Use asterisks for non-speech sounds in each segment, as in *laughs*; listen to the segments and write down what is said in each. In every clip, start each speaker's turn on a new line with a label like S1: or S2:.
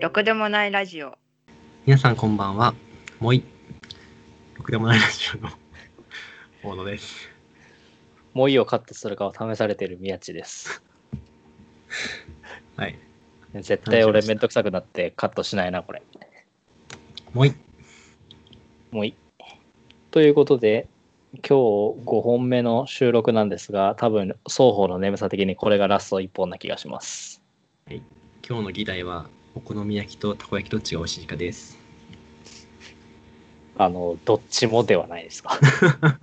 S1: ろくでもないラジオ。
S2: 皆さんこんばんは。もい。ろくでもないラジオの大野です。
S3: もういいをカットするかを試されてる宮地
S2: *laughs*
S3: です。
S2: はい。
S3: 絶対俺めんどくさくなってカットしないな、これ。
S2: もい。
S3: もういい。ということで、今日5本目の収録なんですが、多分双方の眠さ的にこれがラスト1本な気がします。
S2: 今日の議題は、お好み焼きとたこ焼きどっちが美味しいかです。
S3: あの、どっちもではないですか。 *laughs*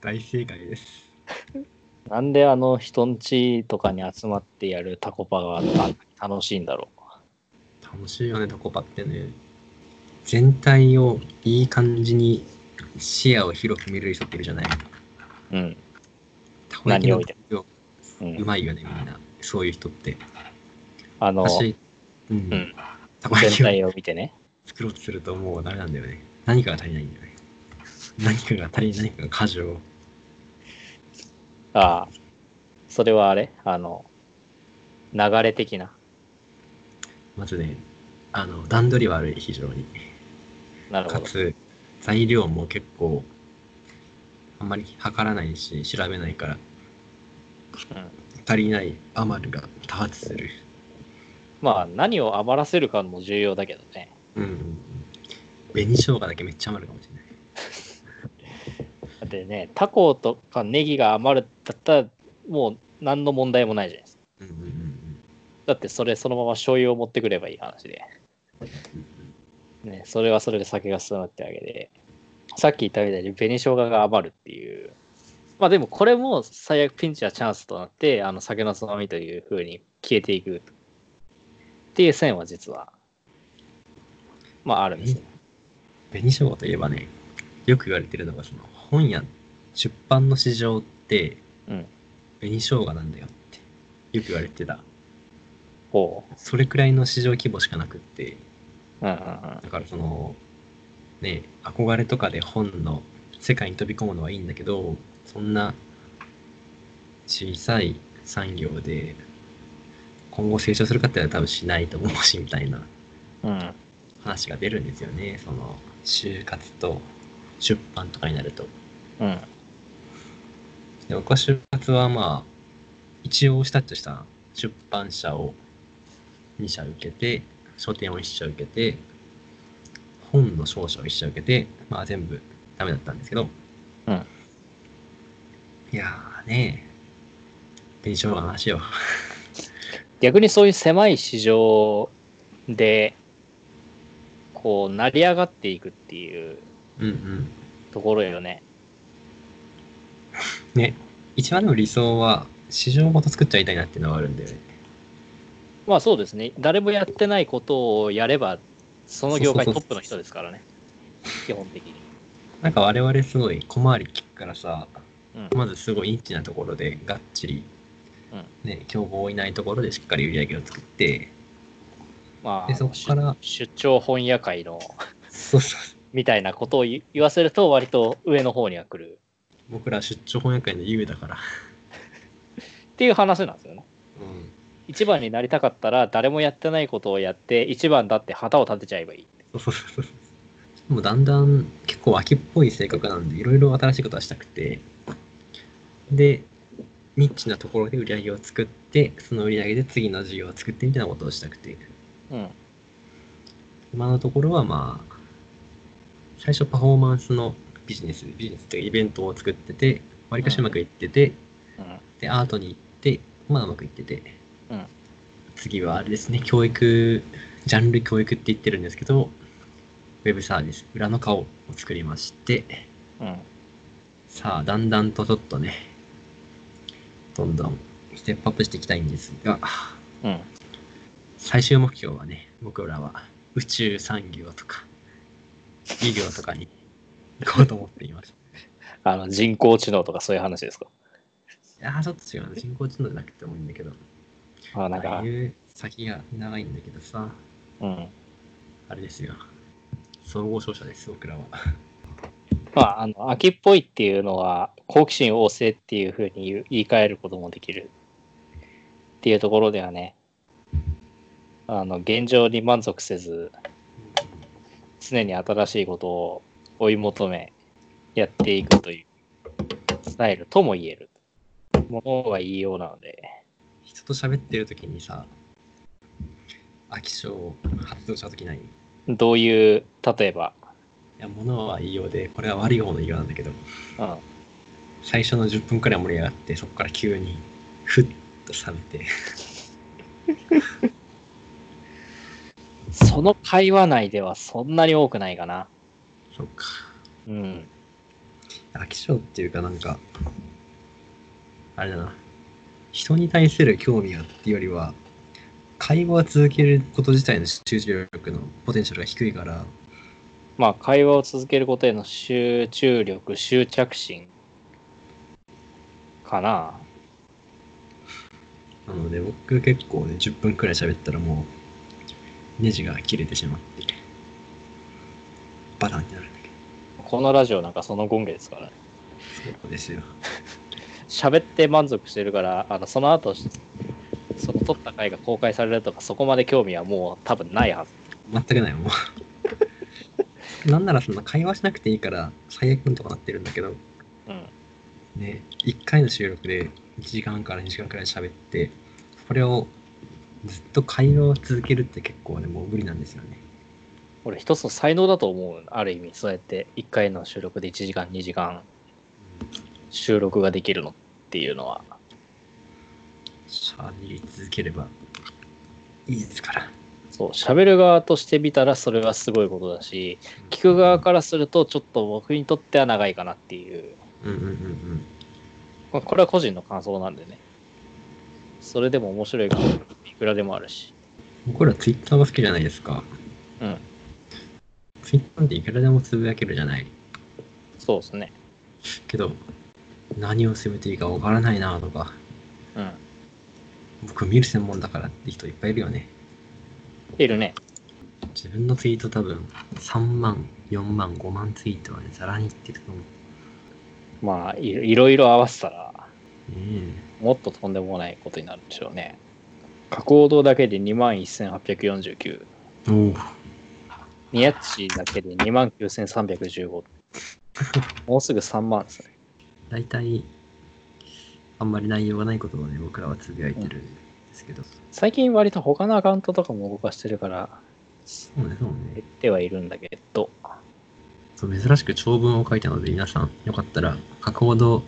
S2: 大正解です。
S3: なんであの人んちとかに集まってやるタコパがあんなに楽しいんだろ
S2: 楽しいよね、タコパってね。全体をいい感じに視野を広く見れる人っているじゃない。
S3: う。うん。
S2: たこ焼きの
S3: 何を見て
S2: 分量
S3: う、
S2: うんまいよね、みんな。そういう人って。
S3: あの、
S2: 私、うん。
S3: ん
S2: たこ
S3: 全
S2: 焼きを
S3: 体を見てね。
S2: 作ろうとするともうダメなんだよね。何かが足りないんだよね。何かが足りない、何かが過剰。
S3: ああ、それはあれあの、流れ的な。
S2: まずね、あの、段取り悪い、非常に。
S3: なるほ
S2: か
S3: ど。
S2: つ、材料も結構、あんまり測らないし、調べないから、
S3: うん
S2: 足りない余るが多発する。
S3: まあ何を余らせるかも重要だけどね。
S2: うん。紅生姜だけめっちゃ余るかもしれない。
S3: だってね、タコとかネギが余るだったらもう何の問題もないじゃないですか。
S2: うんうんうん
S3: だってそれそのまま醤油を持ってくればいい話で。ね、それはそれで酒が進むってわけで。さっき言ったみたいに紅生姜が余るっていう。まあでもこれも最悪ピンチはチャンスとなって、あの酒のつまみという風に消えていくっていう線は実は、まああるんですね。
S2: 紅生姜といえばね、よく言われてるのが、その、本や出版の市場って、
S3: うん
S2: 紅生姜なんだよって、よく言われてた。
S3: ほ
S2: それくらいの市場規模しかなくって、
S3: う。うんうんうん。
S2: だからそのね憧れとかで本の世界に飛び込むのはいいんだけどそんな小さい産業で今後成長するかって言ったら多分しないと思うしみたいな
S3: うん。
S2: 話が出るんですよねその就活と出版とかになると。
S3: うん。
S2: で僕は就活はまあ一応したとした出版社を2社受けて書店を1社受けて本の商社を1社受けてまあ全部ダメだったんですけど、
S3: うん
S2: いやーね紅生姜の話よ
S3: 逆にそういう狭い市場でこう成り上がっていくっていう
S2: うんうん
S3: ところよね。
S2: ね一番の理想は市場ごと作っちゃいたいなっていうのはあるんだよね
S3: まあそうですね。誰もやってないことをやればその業界トップの人ですからね。基本的に。
S2: なんか我々すごい小回り聞くからさ、
S3: うん
S2: まずすごいニッチなところでがっちり、ね、競合いないところでしっかり売り上げを作って、
S3: まあ
S2: でそこから
S3: 出出張本屋会の
S2: そうそう
S3: みたいなことを言言わせると割と上の方には来る
S2: 僕ら出張翻訳会の優だから、
S3: っていう話なんですよね。
S2: うん、
S3: 一番になりたかったら誰もやってないことをやって一番だって旗を立てちゃえばいい。
S2: そうそうそうそうもうだんだん結構秋っぽい性格なんでいろいろ新しいことはしたくてでニッチなところで売り上げを作ってその売り上げで次の事業を作ってみたいなことをしたくて
S3: うん。
S2: 今のところはまあ最初パフォーマンスのビジネスビジネスっていうかイベントを作っててわりかしうまくいってて、
S3: うん。
S2: でアートに行ってまだうまくいってて、
S3: うん
S2: 次はあれですね教育ジャンル教育って言ってるんですけどウェブサービス裏の顔を作りまして
S3: うん。
S2: さあだんだんとちょっとねどんどんステップアップしていきたいんですが
S3: うん。
S2: 最終目標はね僕らは宇宙産業とか医療とかに行こうと思ってい
S3: *laughs*
S2: ます
S3: あの人工知能とかそういう話ですか
S2: いやーちょっと違うな人工知能じゃなくてもいいんだけど
S3: あなん
S2: あ
S3: か
S2: あい、う先が長いんだけどさ
S3: うん。
S2: あれですよ総合商社です僕らは
S3: まあ、あの、秋っぽいっていうのは、好奇心旺盛っていうふうに言う言い換えることもできるっていうところではね、あの現状に満足せず常に新しいことを追い求めやっていくというスタイルとも言えるものは言いようなので
S2: 人と喋ってる時にさ飽き性を発動した時ないい
S3: どういう例えば、
S2: や物は言いようでこれは悪い方の言いようなんだけど
S3: うん、
S2: 最初の10分くらい盛り上がってそこから急にふっと冷めて
S3: その会話内ではそんなに多くないかな
S2: そっか
S3: うん
S2: 飽き性っていうかなんかあれだな人に対する興味がっていうよりは会話を続けること自体の集中力のポテンシャルが低いから
S3: まあ会話を続けることへの集中力執着心かな
S2: なので僕結構ね10分くらい喋ったらもうネジが切れてしまってバタンってなるんだけ
S3: このラジオなんかその権下ですからね
S2: どそうですよ
S3: 喋って満足してるからあのその後その撮った回が公開されるとかそこまで興味はもう多分ないはず
S2: 全くないもうなんならそんな会話しなくていいから最悪のとかなってるんだけど
S3: うん
S2: ね、1回の収録で1時間から2時間くらい喋って、これをずっと会話を続けるって結構ね、もう無理なんですよね。
S3: 俺一つの才能だと思うある意味そうやって1回の収録で1時間2時間収録ができるのっていうのは
S2: 喋り続ければいいですから。
S3: そう喋る側として見たらそれはすごいことだし聞く側からするとちょっと僕にとっては長いかなっていう、
S2: うんうんうんうん。
S3: まあ、これは個人の感想なんでねそれでも面白いからいくらでもあるし
S2: 僕らツイッターが好きじゃないですか。
S3: うん
S2: ツイッターっていくらでもつぶやけるじゃない。
S3: そうですね
S2: けど、何を攻めていいかわからないなとか、
S3: うん
S2: 僕見る専門だからって人いっぱいいるよね。
S3: いるね
S2: 自分のツイート多分3万、4万、5万ツイートはね、ざらにいってると思う。
S3: まあいろいろいろ合わせたら
S2: ね
S3: もっととんでもないことになるでしょうね加工堂だけで2万1849
S2: え。おお。
S3: ニヤッチだけで2万9315もうすぐ3万ですね
S2: 大体、あんまり内容がないことをね、僕らはつぶやいてるんですけど。
S3: 最近割と他のアカウントとかも動かしてるから
S2: そうね、そうね
S3: 減っ。てはいるんだけど
S2: そう珍しく長文を書いたので、皆さん、よかったら、過去ほど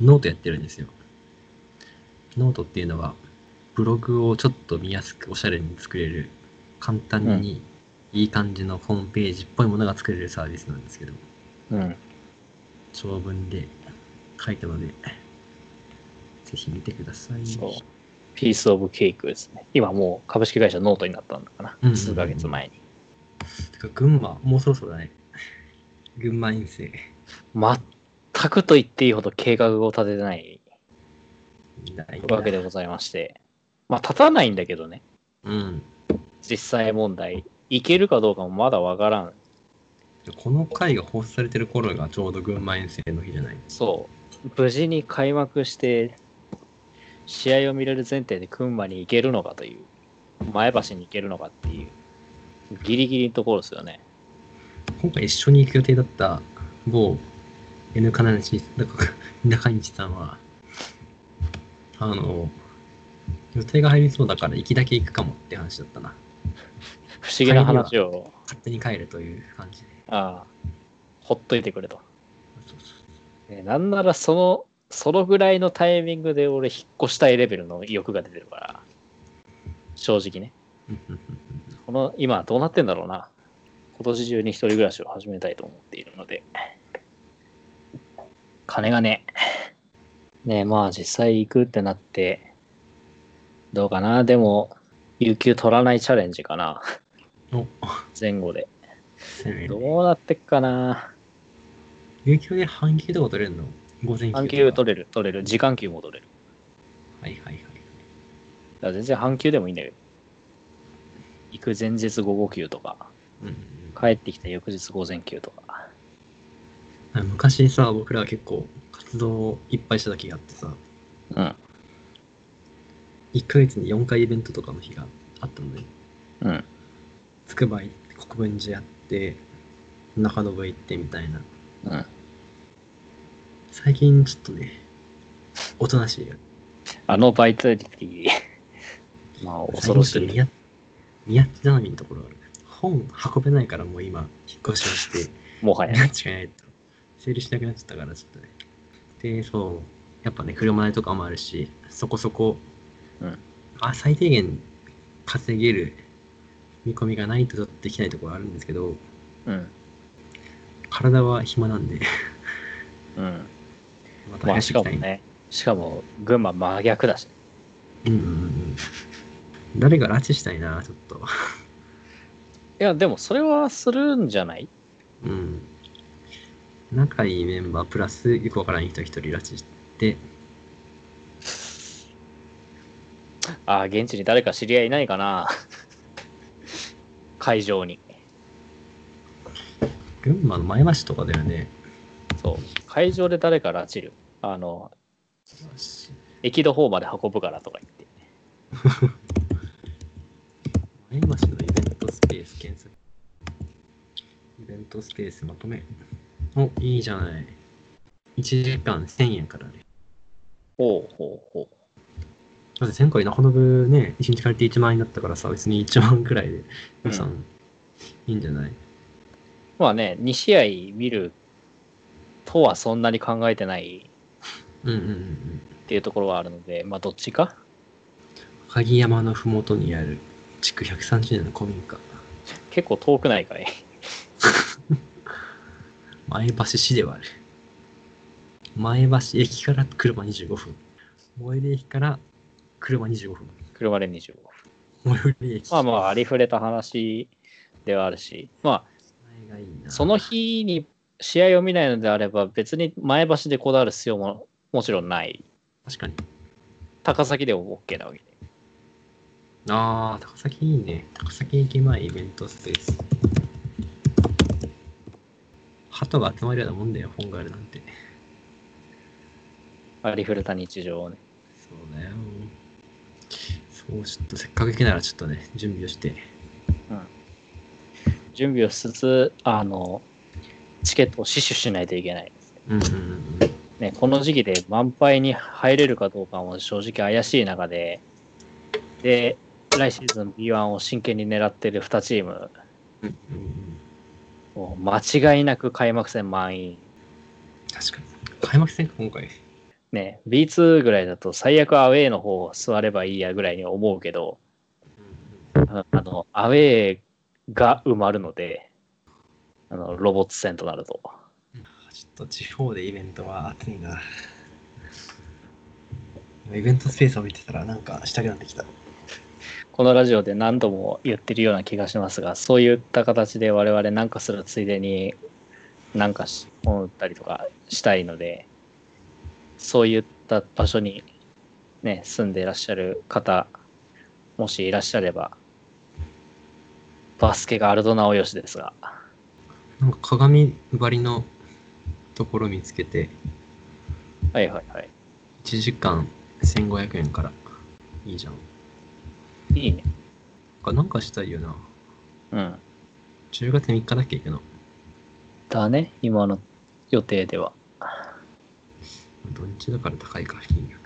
S2: ノートやってるんですよ。ノートっていうのは、ブログをちょっと見やすく、おしゃれに作れる、簡単にいい感じのホームページっぽいものが作れるサービスなんですけど、
S3: うん
S2: 長文で書いたので、ぜひ見てください。
S3: そう。ピースオブケークですね。今もう株式会社ノートになったんだか
S2: うんうんう
S3: な。
S2: ん
S3: 数ヶ月前に。
S2: てか群馬もうそろそろだね群馬遠征
S3: 全くと言っていいほど計画を立ててない
S2: ない
S3: わけでございまして。まあ立たないんだけどね。
S2: うん
S3: 実際問題。いけるかどうかもまだわからん。
S2: この回が放出されてる頃がちょうど群馬遠征の日じゃない
S3: そう。無事に開幕して、試合を見れる前提で群馬に行けるのかという。前橋に行けるのかっていう。ギリギリのところですよね。
S2: 今回一緒に行く予定だった某 N 金西中西さんはあの予定が入りそうだから行きだけ行くかもって話だったな
S3: 不思議な話を、
S2: 勝手に帰るという感じで
S3: ああ、ほっといてくれと。
S2: そうそう
S3: ねなんならその、そのぐらいのタイミングで俺引っ越したいレベルの意欲が出てるから、正直ね。
S2: うんうんうん
S3: この、今どうなってんだろうな。今年中に一人暮らしを始めたいと思っているので。金がね。ねまあ実際行くってなって、どうかな。でも、有給取らないチャレンジかな。
S2: うんお
S3: 前後で。
S2: 攻める
S3: どうなってっかな。
S2: 有給で半休とか取れるの午前休とか
S3: 半休取れる、取れる。時間給も取れる。
S2: はいはいはい
S3: だから全然半休でもいいんだけど。行く前日午後休とか、
S2: うんうんうん
S3: 帰ってきた翌日午前休とか。
S2: あ昔さ僕らは結構活動をいっぱいした時があってさ
S3: うん。
S2: 1ヶ月に4回イベントとかの日があったので、
S3: うん。
S2: つくば行って国分寺やって、中延行ってみたいな。
S3: うん。
S2: 最近ちょっとね、おとなしいよ。
S3: あのバイタリティ、まあ、恐ろし
S2: 最近
S3: い。
S2: ちょっと宮宮地頼みのところがある。本運べないからもう今、引っ越しをして、
S3: もはや。
S2: 間違えないと。整理しなくなっちゃったから、ちょっとね。で、そう、やっぱね、車代とかもあるし、そこそこ、
S3: うん
S2: あ最低限稼げる見込みがないとできないところあるんですけど、
S3: うん。
S2: 体は暇なんで、 *laughs*
S3: うん。
S2: また
S3: まあ、
S2: て
S3: し
S2: いき
S3: か
S2: た
S3: も
S2: い。
S3: ね、しかも、群馬真逆だし。
S2: うんうんうん。誰が拉致したいな、ちょっと。
S3: いや、でも、それはするんじゃない
S2: うん。仲いいメンバープラス、よくわからない人一人拉致して、
S3: ああ、現地に誰か知り合いいないかな *laughs* 会場に。
S2: 群馬の前橋とかだよね。
S3: そう。会場で誰か拉致る。あの、駅の方まで運ぶからとか言って。
S2: 前橋のイベントスペース検索。イベントスペースまとめ。お、いいじゃない。1時間1000円からね。
S3: ほうほうほ。
S2: だって前回中延ね、1日借りて1万円だったからさ、別に1万くらいで予算、いいんじゃないう
S3: まあね、2試合見るとはそんなに考えてない
S2: うんうんうんうん。
S3: っていうところはあるので、まあ、どっちか
S2: 鍵山のふもとにある築130年の古民家。
S3: 結構遠くないかい *laughs*
S2: 前橋市ではある。前橋駅から車25分。最寄り駅から車25分。
S3: 車で25分。
S2: 最寄り駅。
S3: まあまあ、ありふれた話ではあるし、ま
S2: 前がいいな
S3: あ、その日に試合を見ないのであれば、別に前橋でこだわる必要ももちろんない。
S2: 確かに。
S3: 高崎でも OK なわけで。
S2: ああ、高崎いいね。高崎駅前イベントスペース。鳩が集まるようなもんだよ、本があるなんて。
S3: ありふれた日常をね。
S2: そうだよ。そう、ちょっとせっかく行くならちょっとね、準備をして。
S3: 準備をしつつ、あの、チケットを死守しないといけないですね。
S2: うんうんうんうん。
S3: ね、この時期で満杯に入れるかどうかも正直怪しい中で、で、来シーズン B1 を真剣に狙ってる2チーム、
S2: うんうんうん、
S3: もう間違いなく開幕戦満員。
S2: 確かに。開幕戦か、今回。
S3: ね、B2 ぐらいだと最悪アウェーの方を座ればいいやぐらいに思うけど、ああの、アウェーが埋まるので、あの、ロボット戦となると。
S2: ちょっと地方でイベントは暑いな。イベントスペースを見てたらなんかしたくなってきた。
S3: このラジオで何度も言ってるような気がしますが、そういった形で我々なんかするついでに、なんかし本打ったりとかしたいので、そういった場所にね、住んでいらっしゃる方、もしいらっしゃれば、バスケがアルドナオヨシですが、
S2: なんか鏡張りのところ見つけて、
S3: はいはいはい。
S2: 1時間1500円から。いいじゃん。
S3: いいね。
S2: なんかなんかしたいよな。
S3: うん。
S2: 10月3日だっけ行くの。
S3: だね、今の予定では。
S2: 土日だから高いか、金額。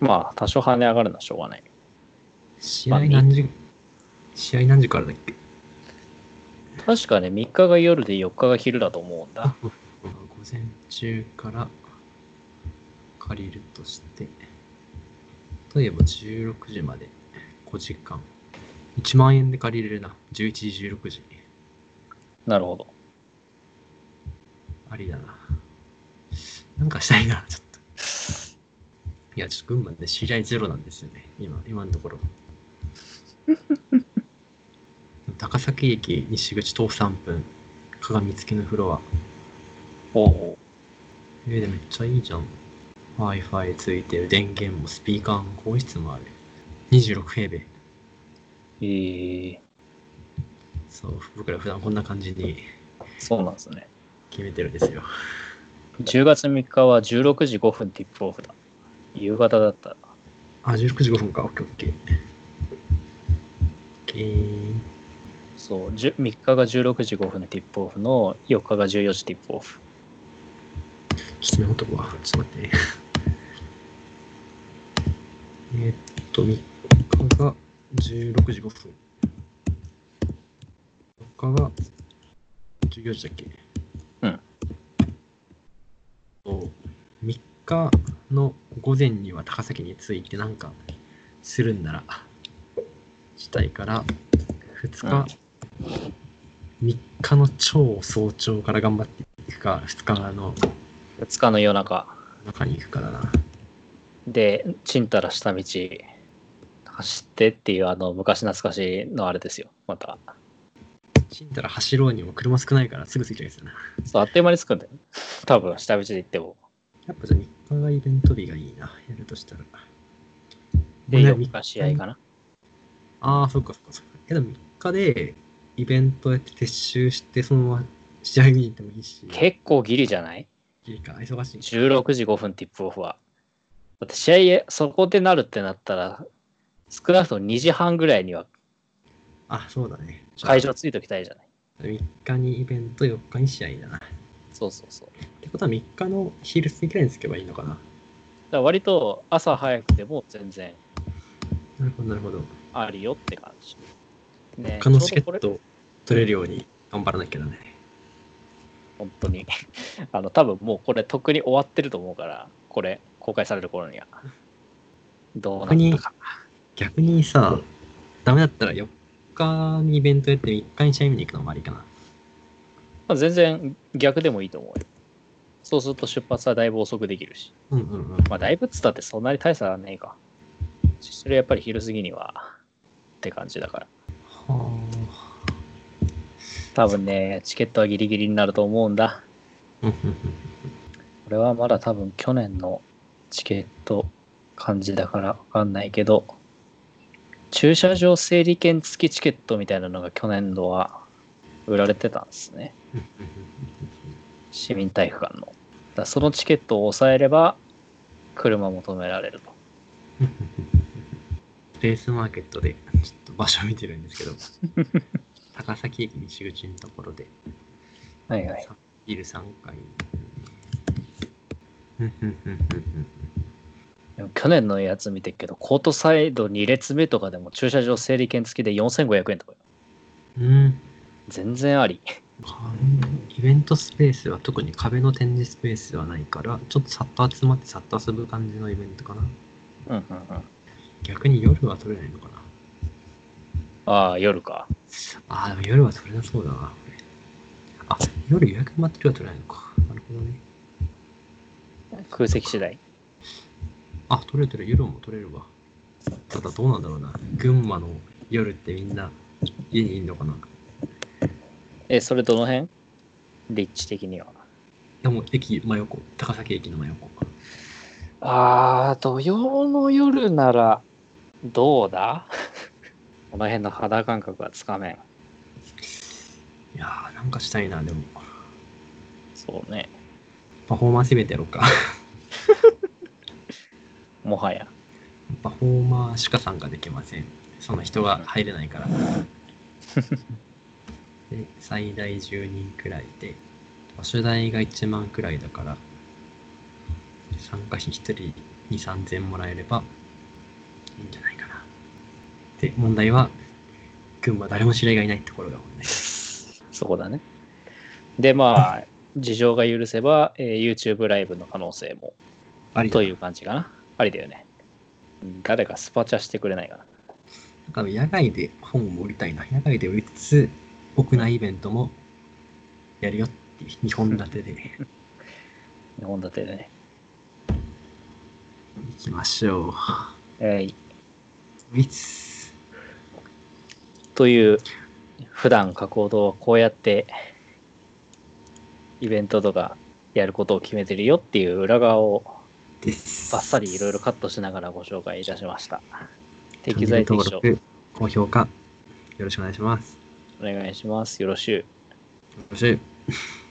S3: まあ、多少跳ね上がるのはしょうがない。
S2: 試合何時、試合何時からだっけ
S3: 確かね、3日が夜で4日が昼だと思うんだ。
S2: 午前中から借りるとして、例えば16時まで5時間。1万円で借りれるな。11時、16時。
S3: なるほど。
S2: ありだな。なんかしたいな、ちょっと。いや、ちょっと群馬で知り合いゼロなんですよね。今、今のところ。 *laughs* 高崎駅西口徒歩3分。鏡付きのフロア。
S3: おお。
S2: えー、でもめっちゃいいじゃん。Wi-Fi ついてる、電源もスピーカーも更衣室もある。26平米。
S3: ええ
S2: そう、僕ら普段こんな感じに
S3: そうなんですね。
S2: 決めてるんですよ。
S3: 10月3日は16時5分ティップオフだ。夕方だった。
S2: あ、16時5分か。オッケーオッケー。えー、
S3: そう、じゅ3日が16時5分のティップオフの4日が14時ティップオフ。
S2: きつめ男は、ちょっと待って。えーっと、3日が16時5分。4日が14時だっけ
S3: うん。
S2: と3日の午前には高崎に着いてなんかするんならしたいから、2日、3日の超早朝から頑張っていくか、2日の
S3: 2日の夜中
S2: 中に行くかだな。
S3: で、ちんたらした道走ってっていうあの昔懐かしいのあれですよ、また。
S2: 死んだら走ろうにも車少ないからすぐ過ぎちゃいですよな。
S3: そうあっという間に着くんだよね。多分下道で行っても。
S2: やっぱじゃあ3日がイベント日がいいな、やるとしたら。
S3: で、
S2: ね
S3: 4日試合かな。
S2: ああ、そっかそっかそっか。けど3日でイベントやって撤収して、そのまま試合見に行ってもいいし、
S3: 結構ギリじゃない
S2: いいか、忙しい。
S3: 16時5分ティップオフは。だって試合、そこでなるってなったら、少なくとも2時半ぐらいには
S2: あ、そうだね。
S3: 会場ついておきたいじゃない。
S2: 3日にイベント、4日に試合だな。っ
S3: そうそうそう。だか
S2: てことは3日の昼過ぎくらいに着けばいいのかな。
S3: ら割と朝早くでも全然
S2: なるほど、なるほど。
S3: あるよって感じ。ね
S2: 他のチケ
S3: ち
S2: ッ
S3: ょうどこれ
S2: ト取れるように頑張らなきゃだね。
S3: 本当に。 *laughs* あの、多分もうこれ、とっくに終わってると思うから、これ、公開される頃には。どうなったか。
S2: 逆にさ、ダメだったら4日にイベントやって3日に試合見に行くのもありかな。
S3: まあ、全然逆でもいいと思うよ。そうすると出発はだいぶ遅くできるし。
S2: うんうんうん。
S3: まあ、だいぶっつったってそんなに大差はねえか。それやっぱり昼過ぎにはって感じだから。
S2: は
S3: 多分ね、チケットはギリギリになると思うんだ。
S2: あ。うんうんうん
S3: 俺はまだ多分去年のチケット感じだからわかんないけど、駐車場整理券付きチケットみたいなのが去年度は売られてたんですね。市民体育館の。だからそのチケットを抑えれば、車も止められると。
S2: レースマーケットでちょっと場所見てるんです *laughs* けど高崎駅西口のところで
S3: はいはい。
S2: ビル3階うんうんうんうんうん
S3: でも去年のやつ見てっけど、コートサイド2列目とかでも駐車場整理券付きで4500円とかよ。
S2: うん
S3: 全然あり。
S2: かイベントスペースは特に壁の展示スペースはないからちょっとさっと集まってさっと遊ぶ感じのイベントかな
S3: うんうんうん。
S2: 逆に夜は取れないのかな
S3: ああ、夜か。
S2: あーでも夜は取れなそうだなあ夜予約待ってるは取れないのかなるほどね
S3: 空席次第。
S2: あ、取れてる、夜も取れるわ。ただどうなんだろうな。群馬の夜ってみんな家にいんのかな。
S3: え、それどの辺立地的には。
S2: でも駅真横、高崎駅の真横。
S3: ああ、土曜の夜なら、どうだ *laughs* この辺の肌感覚はつかめん。
S2: いやー、なんかしたいな、でも。
S3: そうね。
S2: パフォーマンスイベントやろうか。
S3: もはや。
S2: パフォーマーしか参加できません。その人が入れないから。で、最大10人くらいで、場所代が1万くらいだから、参加費1人2、3000もらえればいいんじゃないかな。で、問題は、群馬誰も知り合いがいないってところが本音です。
S3: そこだね。で、ま *laughs* あ、事情が許せば、えー YouTube ライブの可能性も
S2: ありだ
S3: という感じかな。ありだよね。うん誰かスパチャしてくれないかな。
S2: なんか野外で本も売りたいな。野外で売りつつ、屋内イベントもやるよって2本立てで
S3: 日本立てでね。
S2: 行きましょう。
S3: えー
S2: ウィツ。
S3: という、普段書く動はこうやって、イベントとかやることを決めてるよっていう裏側を
S2: です。
S3: バッサリいろいろカットしながらご紹介いたしました。適材適所、
S2: 登録、高評価、よろしくお願いします。
S3: お願いします。よろしゅう。
S2: よろしく。